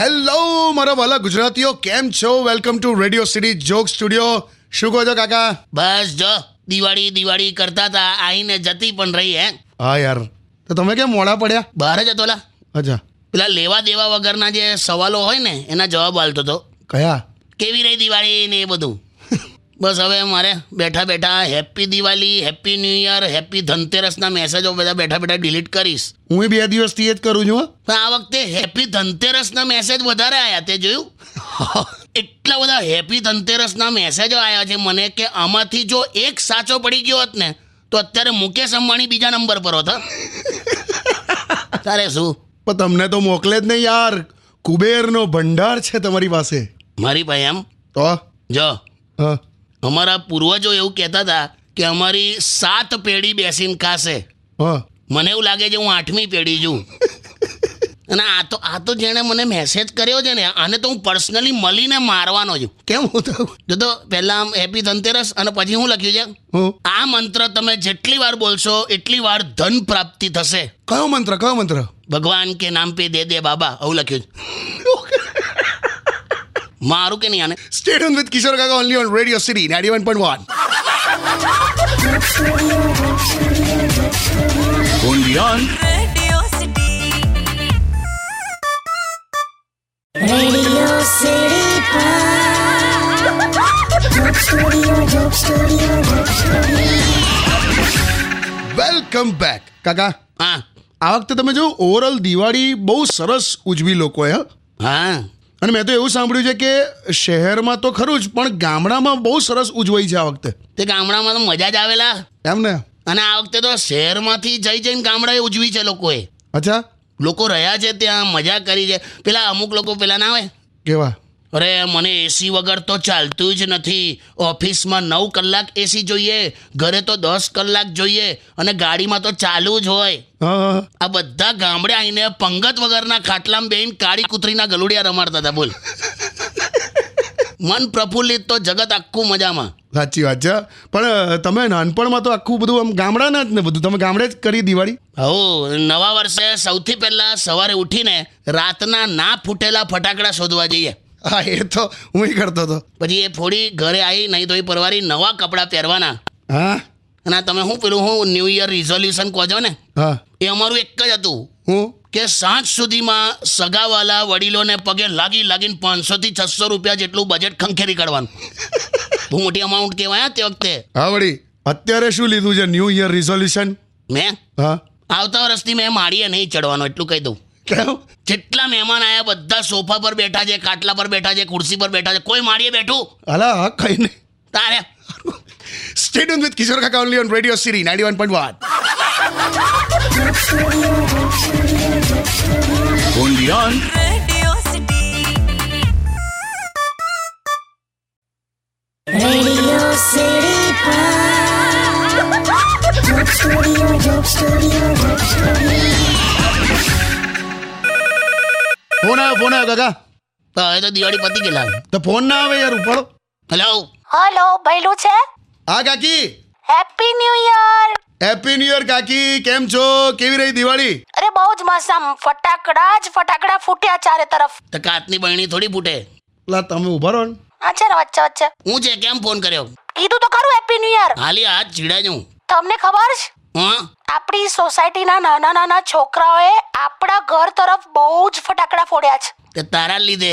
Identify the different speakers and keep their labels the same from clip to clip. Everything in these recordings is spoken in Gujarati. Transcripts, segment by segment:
Speaker 1: હેલો મારા વાલા ગુજરાતીઓ કેમ છો welcome to radio city joke studio શું કહો છો કાકા
Speaker 2: બસ જો દિવાળી દિવાળી કરતા તા આઈને જતી પણ રહી હે
Speaker 1: હા યાર તો તમે કેમ મોડા પડ્યા
Speaker 2: બહાર જ હતો લા
Speaker 1: અચ્છા
Speaker 2: પેલા લેવા દેવા વગરના જે સવાલો હોય ને એના જવાબ આલતો હતો
Speaker 1: કયા
Speaker 2: કેવી રહી દિવાળી ને એ બધું બસ હવે મારે બેઠા બેઠા happy Diwali happy new year happy ધનતેરસના મેસેજો બધા બેઠા બેઠા ડિલીટ કરીશ
Speaker 1: હું બે દિવસથી એ જ કરું છું હો.
Speaker 2: પણ આ વખતે હેપી ધનતેરસના મેસેજ વધારે આવ્યા તે જોયું એટલા બધા હેપી ધનતેરસના મેસેજો આવ્યા છે મને કે આમાંથી જો એક સાચો પડી ગયો હોત ને તો અત્યારે મુકેશ અંબાણી બીજા નંબર પર હોત હં. તારે શું
Speaker 1: પણ તમને તો મોકલે જ નહીં યાર કુબેરનો ભંડાર છે તમારી પાસે
Speaker 2: મારી ભાઈ એમ
Speaker 1: તો
Speaker 2: જો
Speaker 1: હા
Speaker 2: અમારા પૂર્વજો એવું કહેતા હતા કે અમારી સાત પેઢી બેસીને ખાશે
Speaker 1: હા
Speaker 2: મને એવું લાગે છે હું આઠમી પેઢી છું અને આ તો આ તો જેણે મને મેસેજ કર્યો છે ને આને તો હું પર્સનલી મળીને મારવાનો છું
Speaker 1: કેમ હું તો
Speaker 2: જો તો પહેલા આમ હેપી ધનતેરસ અને પછી હું લખ્યું છે
Speaker 1: હું
Speaker 2: આ મંત્ર તમે જેટલી વાર બોલશો એટલી વાર ધન પ્રાપ્તિ થશે
Speaker 1: કયો મંત્ર કયો મંત્ર
Speaker 2: ભગવાન કે નામ પે દે દે બાબા આવું લખ્યું છે મારું કે નહીં આને
Speaker 1: સ્ટેટ ઓન વિથ કિશોર કાકા only on radio city ninety one
Speaker 3: Radio City.
Speaker 4: Radio City Joke Studio, Joke Studio, Joke Studio.
Speaker 1: Welcome back કાકા
Speaker 2: હા
Speaker 1: આ વખતે તમે જો ઓવરઓલ દિવાળી બહુ સરસ ઉજવી લોકોએ હા
Speaker 2: હા
Speaker 1: અને મેં તો એવું સાંભળ્યું છે કે શહેરમાં તો ખરું જ પણ ગામડામાં બહુ સરસ ઉજવાય છે આ વખતે
Speaker 2: તે ગામડામાં તો મજા જ આવેલા
Speaker 1: એમ ને
Speaker 2: અને આ વખતે તો શહેરમાંથી જઈ જઈને ગામડાએ ઉજવી છે લોકોએ
Speaker 1: અચ્છા
Speaker 2: લોકો રહ્યા છે ત્યાં મજા કરી છે પેલા અમુક લોકો પેલા ના આવે
Speaker 1: કેવા
Speaker 2: અરે મને એસી વગર તો ચાલતું જ નથી ઓફિસમાં નવ કલાક એસી જોઈએ ઘરે તો દસ કલાક જોઈએ અને ગાડીમાં તો ચાલુ જ હોય
Speaker 1: હા, હા, હા.
Speaker 2: આ બધા ગામડે આવીને પંગત વગરના ખાટલામાં બેહીને કાળી કૂતરીના ગલુડિયા રમાડતા હતા બોલ મન પ્રફુલ્લિત તો જગત આખું મજામાં
Speaker 1: સાચી વાત છે પણ અ, તમે નાનપણમાં તો આખું બધું આમ ગામડાના જ ને બધું તમે ગામડે જ કરી દિવાળી
Speaker 2: હવ નવા વર્ષે સૌથી પહેલા સવારે ઉઠીને રાતના ના ફૂટેલા ફટાકડા શોધવા જઈએ
Speaker 1: હા એ તો હું ય કરતો હતો
Speaker 2: પછી એ ફોડી ઘરે આવી નહીં તો એ પરવારી નવા કપડાં પહેરવાના
Speaker 1: હા
Speaker 2: અને આ તમે શું પેલું હું ન્યૂ યર રિઝોલ્યુશન કહો છો ને
Speaker 1: હા
Speaker 2: એ અમારું એક જ હતું
Speaker 1: હું
Speaker 2: કે સાંજ સુધીમાં સગાવાલા વડીલોને પગે લાગી લાગીને પાંચસોથી છસો રૂપિયા જેટલું બજેટ ખંખેરી કાઢવાનું બહુ મોટી અમાઉન્ટ કહેવાય હા તે વખતે
Speaker 1: હા વળી અત્યારે શું લીધું છે ન્યૂ યર રિઝોલ્યુશન
Speaker 2: મેં
Speaker 1: હા
Speaker 2: આવતા વર્ષથી મેં માળીએ નહીં ચડવાનો એટલું કહી દઉં
Speaker 1: કેમ
Speaker 2: જેટલા મહેમાન આવ્યા બધા સોફા પર બેઠા છે ખાટલા પર બેઠા છે ખુરશી પર બેઠા છે કોઈ માળીએ બેઠું
Speaker 1: અલા હા કઈ નહીં
Speaker 2: તારે
Speaker 1: સ્ટેટ ઓન વિથ કિશોર કાકા only on radio city ninety one point one
Speaker 3: Radio City.
Speaker 4: Radio City Joke Studio, Joke Studio, Joke Studio.
Speaker 1: Phone આવ્યો ફોન આવ્યો કાકા
Speaker 2: તો હવે તો દિવાળી પતી ગયેલા
Speaker 1: તો ફોન ના આવે યાર ઉપાડો
Speaker 2: હેલો
Speaker 5: હલો ભૈલું છે
Speaker 1: હા કાકી
Speaker 5: happy new year
Speaker 1: happy new year કાકી કેમ છો કેવી રહી દિવાળી
Speaker 5: અરે બહુ જ મસ્ત આમ ફટાકડા જ ફટાકડા ફૂટ્યા ચારે તરફ
Speaker 2: તો કાચની બહેણી થોડી ફૂટે
Speaker 1: લા તમે ઉભા રહો ને
Speaker 5: આ છે ને વચ્ચે વચ્ચે
Speaker 2: હું છે કેમ ફોન કર્યો
Speaker 5: કીધું તો ખરું હેપી ન્યૂ યર
Speaker 2: હાલી હાથ ચીડાય હું
Speaker 5: તમને ખબર છે
Speaker 2: હા
Speaker 5: આપણી સોસાયટીના નાના નાના છોકરાઓએ આપણા ઘર તરફ બહુ જ ફટાકડા ફોડ્યા છે
Speaker 2: તે તારા જ લીધે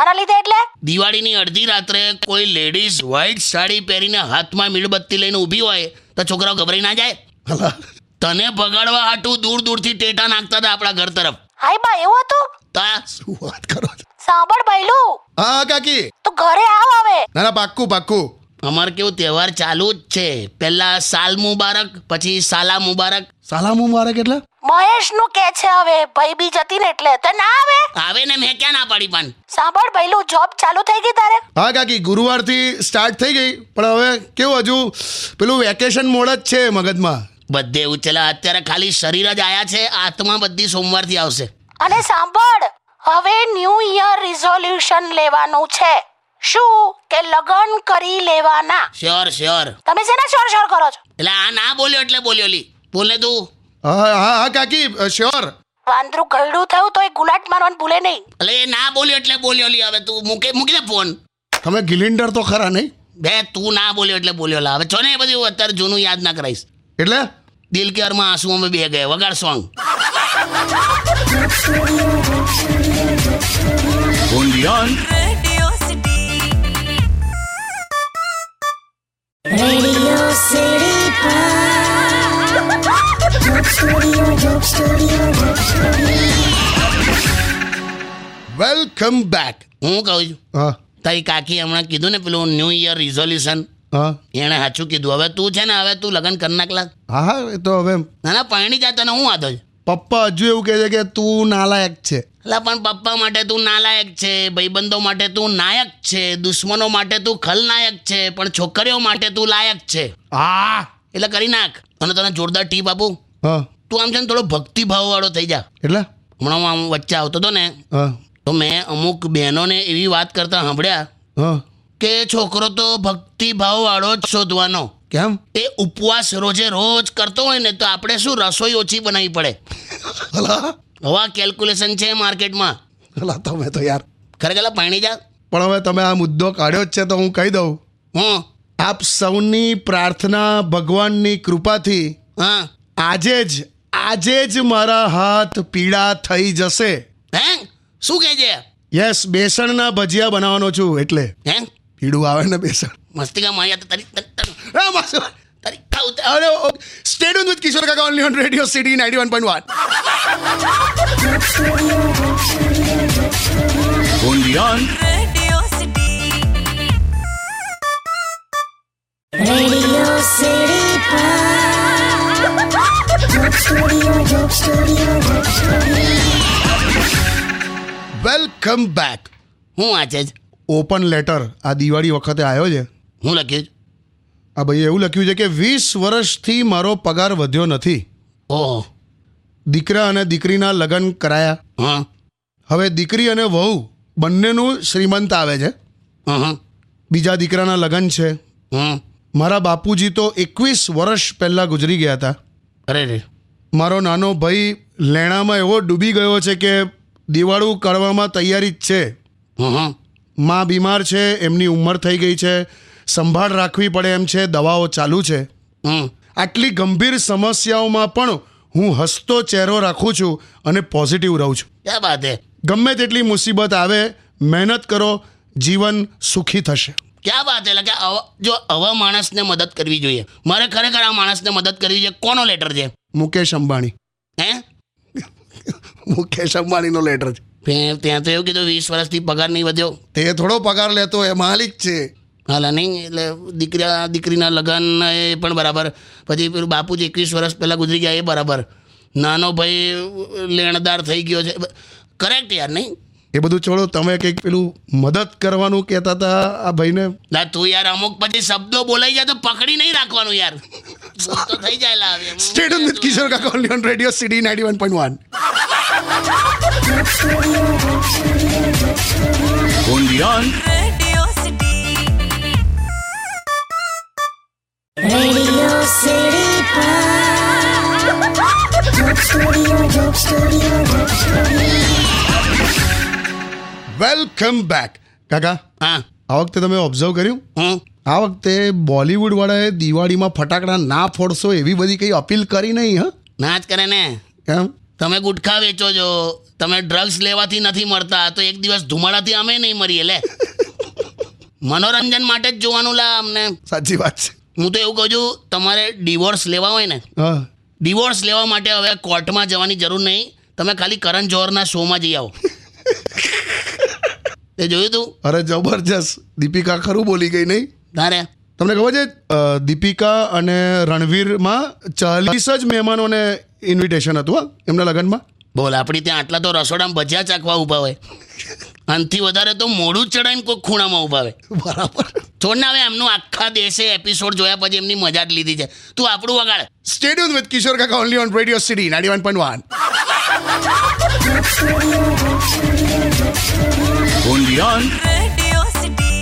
Speaker 5: મારા લીધે એટલે
Speaker 2: દિવાળીની અડધી રાત્રે કોઈ લેડીઝ વ્હાઈટ સાડી પહેરીને હાથમાં મીણબત્તી લઈને ઊભી હોય તો છોકરાઓ ગભરાઈ ના જાય
Speaker 1: હલા
Speaker 2: તને ભગાડવા હાટું દૂર દૂરથી ટેટા નાખતા હતા આપણા ઘર તરફ
Speaker 5: હાય બા એવું હતું
Speaker 2: તો આ
Speaker 1: શું વાત કરો છો
Speaker 5: સાંભળ ભૈલું
Speaker 1: હા કાકી
Speaker 5: તું ઘરે આવ હવે
Speaker 1: ના ના પાક્કું પાક્કું
Speaker 2: અમારે કેવું તહેવાર ચાલુ જ છે પહેલા સાલ મુબારક પછી સાલા મુબારક
Speaker 1: સલામ મુબારક એટલે
Speaker 5: મહેશ નું કે છે હવે ભાઈ બી જતી ને એટલે તે ના આવે
Speaker 2: આવે ને મેં ક્યાં ના પાડી પણ
Speaker 5: સાંભળ ભૈલું જોબ ચાલુ થઈ ગઈ તારે
Speaker 1: હા કાકી ગુરુવારથી સ્ટાર્ટ થઈ ગઈ પણ હવે કેવું હજુ પેલું વેકેશન મોડ જ છે મગજમાં
Speaker 2: બધે ઉચલા અત્યારે ખાલી શરીર જ આયા છે આત્મા બધી સોમવારથી આવશે
Speaker 5: અને સાંભળ હવે ન્યૂ યર રિઝોલ્યુશન લેવાનું છે શું કે લગન કરી લેવાના
Speaker 2: શ્યોર શ્યોર
Speaker 5: તમે શેના શોર શોર કરો છો
Speaker 2: એટલે આ ના બોલ્યો એટલે બોલ્યો લી બોલને તું
Speaker 1: હા હા હા કાકી શ્યોર
Speaker 5: વાંદરું ઘરડું થયું તો એ ગુલાટ મારવાનું ભૂલે નહીં
Speaker 2: એટલે એ ના બોલ્યો એટલે બોલ્યો લી હવે તું મૂકે મૂકી દે ફોન
Speaker 1: તમે ગિલિન્ડર તો ખરા નહીં
Speaker 2: બે તું ના બોલ્યો એટલે બોલ્યો લા હવે છો ને એ બધું અત્યારે જૂનું યાદ ના કરાઈશ
Speaker 1: એટલે
Speaker 2: દિલ કે અરમાં આંસુ અમે બે ગયા વગાડ song
Speaker 3: Radio City.
Speaker 4: Radio City Pod. Joke Studio, Joke Studio, Joke Studio.
Speaker 1: Welcome back
Speaker 2: હું કહું છું
Speaker 1: હા
Speaker 2: તારી કાકી હમણાં કીધું ને પેલું ન્યૂ ઇયર રિઝોલ્યુશન
Speaker 1: હા
Speaker 2: એણે સાચું કીધું હવે તું છે ને હવે તું લગ્ન કરી નાખલા
Speaker 1: હા હા એ તો હવે
Speaker 2: ના ના પરણી જા તને હું વાંધો છે
Speaker 1: પપ્પા હજુ એવું કહે છે કે તું નાલાયક છે
Speaker 2: એટલે પણ પપ્પા માટે તું નાલાયક છે ભાઈબંધો માટે તું નાયક છે દુશ્મનો માટે તું ખલનાયક છે પણ છોકરીઓ માટે તું લાયક છે
Speaker 1: હા
Speaker 2: એટલે કરી નાખ અને તને જોરદાર ટીપ આપું
Speaker 1: હા
Speaker 2: તું આમ છે ને થોડો ભક્તિભાવ વાળો થઈ જા
Speaker 1: એટલે
Speaker 2: હમણાં હું આમ વચ્ચે આવતો હતો ને
Speaker 1: હા
Speaker 2: તો મેં અમુક બહેનોને એવી વાત કરતા સાંભળ્યા
Speaker 1: હા
Speaker 2: કે છોકરો તો ભક્તિભાવ વાળો જ શોધવાનો
Speaker 1: કેમ
Speaker 2: એ ઉપવાસ રોજે રોજ કરતો હોય ને તો આપણે શું રસોઈ ઓછી બનાવવી પડે
Speaker 1: અલા
Speaker 2: હવા કેલ્ક્યુલેશન છે માર્કેટમાં
Speaker 1: અલા તમે તો યાર
Speaker 2: ખરેખર પાણી જા
Speaker 1: પણ હવે તમે આ મુદ્દો કાઢ્યો જ છે તો હું કહી દઉં
Speaker 2: હું
Speaker 1: આપ સૌની પ્રાર્થના ભગવાનની કૃપાથી
Speaker 2: હા
Speaker 1: આજે જ આજે જ મારા હાથ પીડા થઈ જશે
Speaker 2: હે શું કહે છે
Speaker 1: યસ બેસણના ભજીયા બનાવવાનો છું એટલે
Speaker 2: હે
Speaker 1: પીડું આવે ને બેસણ
Speaker 2: મસ્તિકા મારી હાથે તારી તારી- તારી-
Speaker 1: આ માસુમ.
Speaker 2: તારી ખાઉં તે.
Speaker 1: અરે સ્ટેડ ઓન વિથ કિશોર કાકા only on radio city ninety one point one
Speaker 3: Radio City.
Speaker 4: Radio City Pod. Joke Studio, Joke Studio, Joke Studio.
Speaker 1: Welcome back
Speaker 2: હું વાંચે છે
Speaker 1: ઓપન લેટર આ દિવાળી વખતે આવ્યો છે
Speaker 2: હું લખ્યું છે
Speaker 1: આ ભાઈએ એવું લખ્યું છે કે વીસ વર્ષથી મારો પગાર વધ્યો નથી
Speaker 2: ઓહો
Speaker 1: દીકરા અને દીકરીના લગ્ન કરાયા
Speaker 2: હા
Speaker 1: હવે દીકરી અને વહુ બંનેનું શ્રીમંત આવે છે
Speaker 2: હા હા
Speaker 1: બીજા દીકરાના લગ્ન છે
Speaker 2: હા
Speaker 1: મારા બાપુજી તો એકવીસ વર્ષ પહેલાં ગુજરી ગયા હતા
Speaker 2: અરે રે
Speaker 1: મારો નાનો ભાઈ લેણામાં એવો ડૂબી ગયો છે કે દિવાળું કરવામાં તૈયારી જ છે
Speaker 2: હા હા
Speaker 1: માં બીમાર છે એમની ઉંમર થઈ ગઈ છે સંભાળ રાખવી પડે એમ છે દવાઓ ચાલુ છે
Speaker 2: હમ
Speaker 1: આટલી ગંભીર સમસ્યાઓમાં પણ હું હસતો ચહેરો રાખું છું અને પોઝિટિવ રહું છું
Speaker 2: ક્યાં બાત હે
Speaker 1: ગમે તેટલી મુસીબત આવે મહેનત કરો જીવન સુખી થશે
Speaker 2: ક્યાં વાત એટલે કે આવા- જો આવા માણસને મદદ કરવી જોઈએ મારે ખરેખર આ માણસને મદદ કરવી જોઈએ કોનો લેટર છે
Speaker 1: મુકેશ અંબાણી
Speaker 2: હે
Speaker 1: મુકેશ અંબાણીનો લેટર છે
Speaker 2: તે- ત્યાં તો એવું કીધું વીસ વર્ષથી પગાર નહીં વધ્યો
Speaker 1: તે થોડો પગાર લેતો એ માલિક છે
Speaker 2: હાલા નહીં એટલે દીકરા દીકરીના લગ્ન એ પણ બરાબર પછી પેલું બાપુજી એકવીસ વર્ષ પહેલાં ગુજરી ગયા એ બરાબર નાનો ભાઈ લેણદાર થઈ ગયો છે કરેક્ટ યાર નહીં
Speaker 1: એ બધું છોડો તમે કંઈક પેલું મદદ કરવાનું કહેતા હતા આ ભાઈને
Speaker 2: લા તું યાર અમુક પછી શબ્દો બોલાઈ જાય તો પકડી નહીં રાખવાનું યાર ભૂલ તો થઈ જાય લા હવે.
Speaker 1: સ્ટેટ ઓન વિથ કિશોર કાકા only on radio city ninety one point one
Speaker 3: Radio City.
Speaker 4: Radio City Pod. Joke Studio, Joke Studio, Joke Studio.
Speaker 1: Welcome back કાકા
Speaker 2: હા
Speaker 1: આ વખતે તમે ઓબ્ઝર્વ કર્યું
Speaker 2: હું
Speaker 1: આ વખતે બોલિવૂડવાળાએ દિવાળીમાં ફટાકડા ના ફોડશો એવી બધી કંઈ અપીલ કરી નહીં હા
Speaker 2: ના જ કરે ને
Speaker 1: કેમ
Speaker 2: તમે ગુટખા વેચો છો તમે ડ્રગ્સ લેવાથી નથી મરતા તો એક દિવસ ધુમાડાથી અમે નહીં મરીએ લે મનોરંજન માટે જ જોવાનું લા અમને
Speaker 1: સાચી વાત છે
Speaker 2: હું તો એવું કહું છું તમારે ડિવોર્સ લેવા હોય ને
Speaker 1: હા
Speaker 2: ડિવોર્સ લેવા માટે હવે કોર્ટમાં જવાની જરૂર નહીં તમે ખાલી કરણ જોહરના શોમાં જઈ આવો તે જોયું તું
Speaker 1: અરે જબરજસ્ત દીપિકા ખરું બોલી ગઈ નહીં
Speaker 2: તારે
Speaker 1: તમને ખબર છે અ, દીપિકા અને રણવીરમાં ચાલીસ જ મહેમાનોને ઇન્વિટેશન હતું હા એમના લગ્નમાં
Speaker 2: બોલ આપણી ત્યાં આટલા તો રસોડામાં ભજીયા ચાખવા ઊભા હોય આનથી વધારે તો મોઢું જ ચડાવીને કોઈ ખૂણામાં ઊભા હોય
Speaker 1: બરાબર
Speaker 2: છોડને હવે એમનું આખા દેશે એપિસોડ જોયા પછી એમની મજા જ લીધી છે તું આપણું વગાડ
Speaker 1: સ્ટેડિયમ વિથ કિશોર કાકા only on radio city ninety one point one
Speaker 3: Radio City.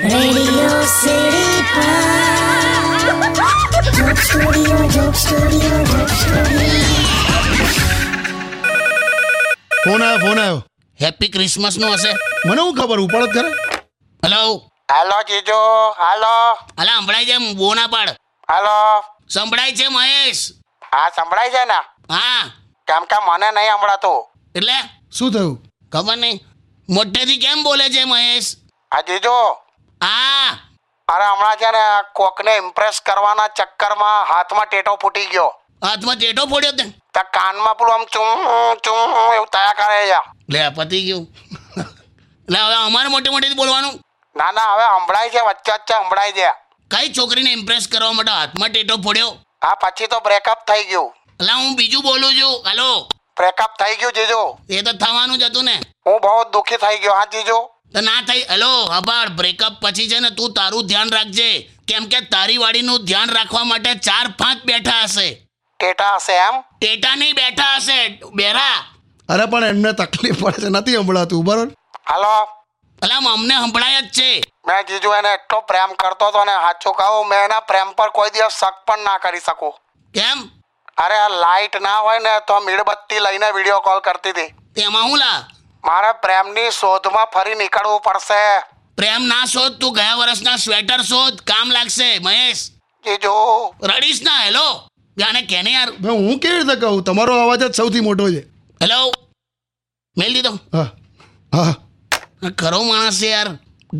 Speaker 4: Radio City Pod. Joke Studio, studio, dope studio.
Speaker 1: Phone આવ્યો ફોન આવ્યો
Speaker 2: હેપી ક્રિસમસનો હશે
Speaker 1: મને હું ખબર ઉપાડ જ કરે
Speaker 2: હલો
Speaker 6: હાલો જીજુ હાલો
Speaker 2: અલા સંભળાય છે બોના પાડ
Speaker 6: હાલો
Speaker 2: સંભળાય છે મહેશ
Speaker 6: હા સંભળાય છે ને
Speaker 2: હા
Speaker 6: કેમ કે મને નહીં સંભળાતું
Speaker 2: એટલે
Speaker 1: શું થયું
Speaker 2: ખબર નહીં મોટેથી કેમ બોલે છે મહેશ
Speaker 6: આ જીજુ
Speaker 2: હા
Speaker 6: અરે હમણાં છે ને કોકને ઇમ્પ્રેસ કરવાના ચક્કરમાં હાથમાં ટેટો ફૂટી ગયો
Speaker 2: હાથમાં ટેટો ફોડ્યો તે
Speaker 6: તો કાનમાં પેલું આમ ચું ચું એવું તયા કરે છે
Speaker 2: લે આ પતી ગયું એટલે હવે અમારે મોટે મોટેથી બોલવાનું
Speaker 6: ના ના હવે સંભળાય છે વચ્ચે વચ્ચે સંભળાય છે
Speaker 2: કઈ છોકરીને ઇમ્પ્રેસ કરવા માટે હાથમાં ટેટો ફોડ્યો
Speaker 6: હા પછી તો બ્રેકઅપ થઈ ગયું
Speaker 2: એટલે હું બીજું બોલું છું હલો
Speaker 6: બ્રેકઅપ થઈ ગયું જીજુ
Speaker 2: એ તો થવાનું જ હતું ને
Speaker 6: હું બહુ દુઃખી થઈ ગયો હા જીજુ
Speaker 2: તો ના થઈ હલો હબાળ બ્રેકઅપ પછી છે ને તું તારું ધ્યાન રાખજે કેમ કે તારી વાડીનું ધ્યાન રાખવા માટે ચાર પાંચ બેઠા હશે
Speaker 6: ટેટા હશે એમ
Speaker 2: ટેટા નહીં બેઠા હશે બેરા
Speaker 1: અરે પણ એમને તકલીફ પડે છે નથી સંભળાતું બરાબર
Speaker 6: હાલો
Speaker 2: અલા અમને સંભળાય જ છે
Speaker 6: મેં જીજુ એને એટલો પ્રેમ કરતો હતો ને સાચું કહું મેં એના પ્રેમ પર કોઈ દિવસ શક પણ ના કરી શકું
Speaker 2: કેમ
Speaker 6: અરે આ લાઇટ ના હોય ને તો મીણબત્તી લઈને વિડીયો કોલ કરતી હતી
Speaker 2: તેમાં હું લા
Speaker 6: મારે પ્રેમની શોધમાં ફરી નીકળવું પડશે
Speaker 2: પ્રેમ ના શોધ તું ગયા વર્ષના સ્વેટર શોધ કામ લાગશે મહેશ
Speaker 6: જીજુ
Speaker 2: રડીશ ના હેલો જાને કેને યાર
Speaker 1: ભાઈ હું કેવી રીતે કહું તમારો અવાજ જ સૌથી મોટો છે
Speaker 2: હેલો મેલ દીધો
Speaker 1: હા હા
Speaker 2: આ ખરો માણસ છે યાર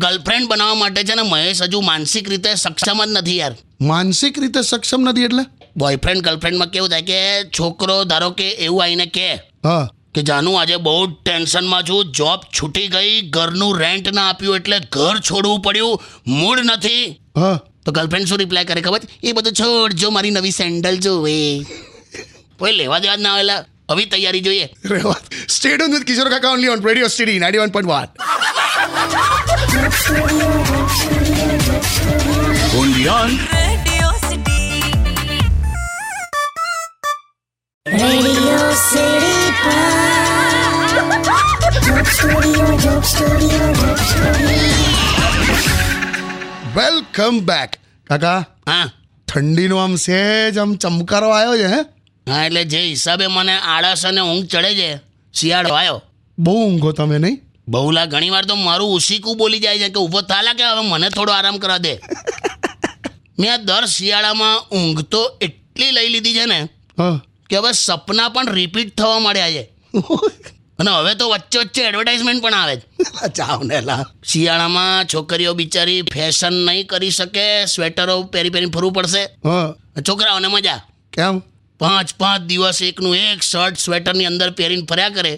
Speaker 2: ગર્લફ્રેન્ડ બનાવવા માટે છે ને મહેશ હજુ માનસિક રીતે સક્ષમ જ નથી યાર
Speaker 1: માનસિક રીતે સક્ષમ નથી એટલે
Speaker 2: બોયફ્રેન્ડ ગર્લફ્રેન્ડમાં કેવું થાય કે છોકરો ધારો કે એવું આવીને કહે
Speaker 1: હા
Speaker 2: કે જાનું આજે બહુ જ ટેન્શનમાં છું જોબ છૂટી ગઈ ઘરનું રેન્ટ ના આપ્યું એટલે ઘર છોડવું પડ્યું મૂડ નથી
Speaker 1: હા
Speaker 2: તો ગર્લફ્રેન્ડ શું રિપ્લાય કરે ખબર છે? એ બધું છોડ જો મારી નવી સેન્ડલ જોવે કોઈ લેવા દેવા જ ના આવેલા હવે તૈયારી જોઈએ
Speaker 1: રેવા સ્ટેડ ઓન વિથ કિશોર કાકા only on radio city ninety one point one
Speaker 3: Radio City.
Speaker 4: Radio City Pod. Dope studio, dope studio, dope studio.
Speaker 1: Welcome back કાકા
Speaker 2: હા
Speaker 1: ઠંડીનો આમ સહેજ આમ ચમકારો આવ્યો છે હે
Speaker 2: હા એટલે જે હિસાબે મને આળસ અને ઊંઘ ચડે છે શિયાળો આવ્યો
Speaker 1: બહુ ઊંઘો તમે નહીં
Speaker 2: બહુલા ઘણી વાર તો મારું ઉસીકું બોલી જાય છે કે ઊભો થાલા કે હવે મને થોડો આરામ કરવા દે મેં દર શિયાળામાં ઊંઘ તો એટલી લઈ લીધી છે ને
Speaker 1: હા
Speaker 2: કે હવે સપના પણ રિપીટ થવા મળ્યા છે અને હવે તો વચ્ચે વચ્ચે એડવર્ટાઇઝમેન્ટ પણ આવે છે
Speaker 1: ચાવ ને લા
Speaker 2: શિયાળામાં છોકરીઓ બિચારી ફેશન નહીં કરી શકે સ્વેટરો પહેરી પહેરી ફરવું પડશે
Speaker 1: હા
Speaker 2: છોકરાઓને મજા
Speaker 1: કેમ
Speaker 2: પાંચ પાંચ દિવસ એકનું એક શર્ટ સ્વેટરની અંદર પહેરીને ફર્યા કરે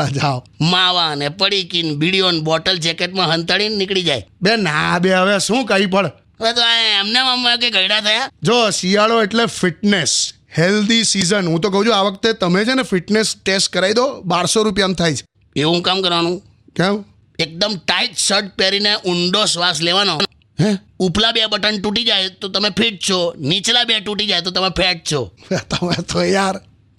Speaker 1: લા જાઓ
Speaker 2: માવા ને પડીકીન બીડીઓ ને બોટલ જેકેટમાં હંતાડીને નીકળી જાય
Speaker 1: બે ના બે હવે શું કહી પડ
Speaker 2: હવે તો આ એમને મમ્મી કે ગયડા થયા
Speaker 1: જો શિયાળો એટલે ફિટનેસ હેલ્ધી સિઝન હું તો કહું છું આ વખતે તમે છે ને ફિટનેસ ટેસ્ટ કરાવી દો બારસો રૂપિયામાં થાય છે
Speaker 2: એવું કામ કરવાનું
Speaker 1: કેમ
Speaker 2: એકદમ ટાઈટ શર્ટ પહેરીને ઊંડો શ્વાસ લેવાનો
Speaker 1: હે
Speaker 2: ઉપલા બે બટન તૂટી જાય તો તમે ફિટ છો નીચલા બે તૂટી જાય તો તમે ફેટ છો
Speaker 1: તમે તો યાર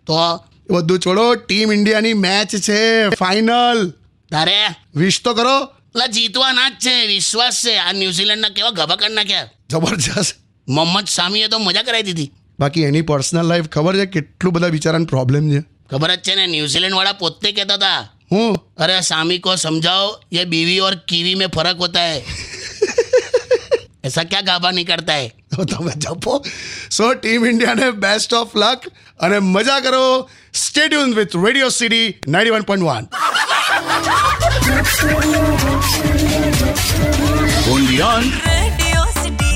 Speaker 2: તો
Speaker 1: એ બધું છોડો ટીમ ઇન્ડિયાની મેચ છે ફાઇનલ
Speaker 2: તારે
Speaker 1: વિશ તો કરો
Speaker 2: એટલે જીતવાના જ છે વિશ્વાસ છે આ ન્યુઝીલેન્ડના કેવા ગભા કરી નાખ્યા
Speaker 1: જબરજસ્ત
Speaker 2: મોહમ્મદ સામીએ તો મજા કરાવી દીધી
Speaker 1: બાકી એની પર્સનલ લાઈફ ખબર છે કેટલું બધા બિચારાને પ્રોબ્લેમ છે
Speaker 2: ખબર જ છે ને ન્યુઝીલેન્ડ વાળા પોતે કહેતા હતા
Speaker 1: હું
Speaker 2: अरे सामी को समझाओ ये बीवी और कीवी में फर्क होता है ऐसा क्या गाबा नहीं करता है
Speaker 1: તો તમે જપો સો ટીમ ઇન્ડિયાને બેસ્ટ ઓફ લક અને મજા કરો stadium with radio city ninety one point one
Speaker 3: Radio City.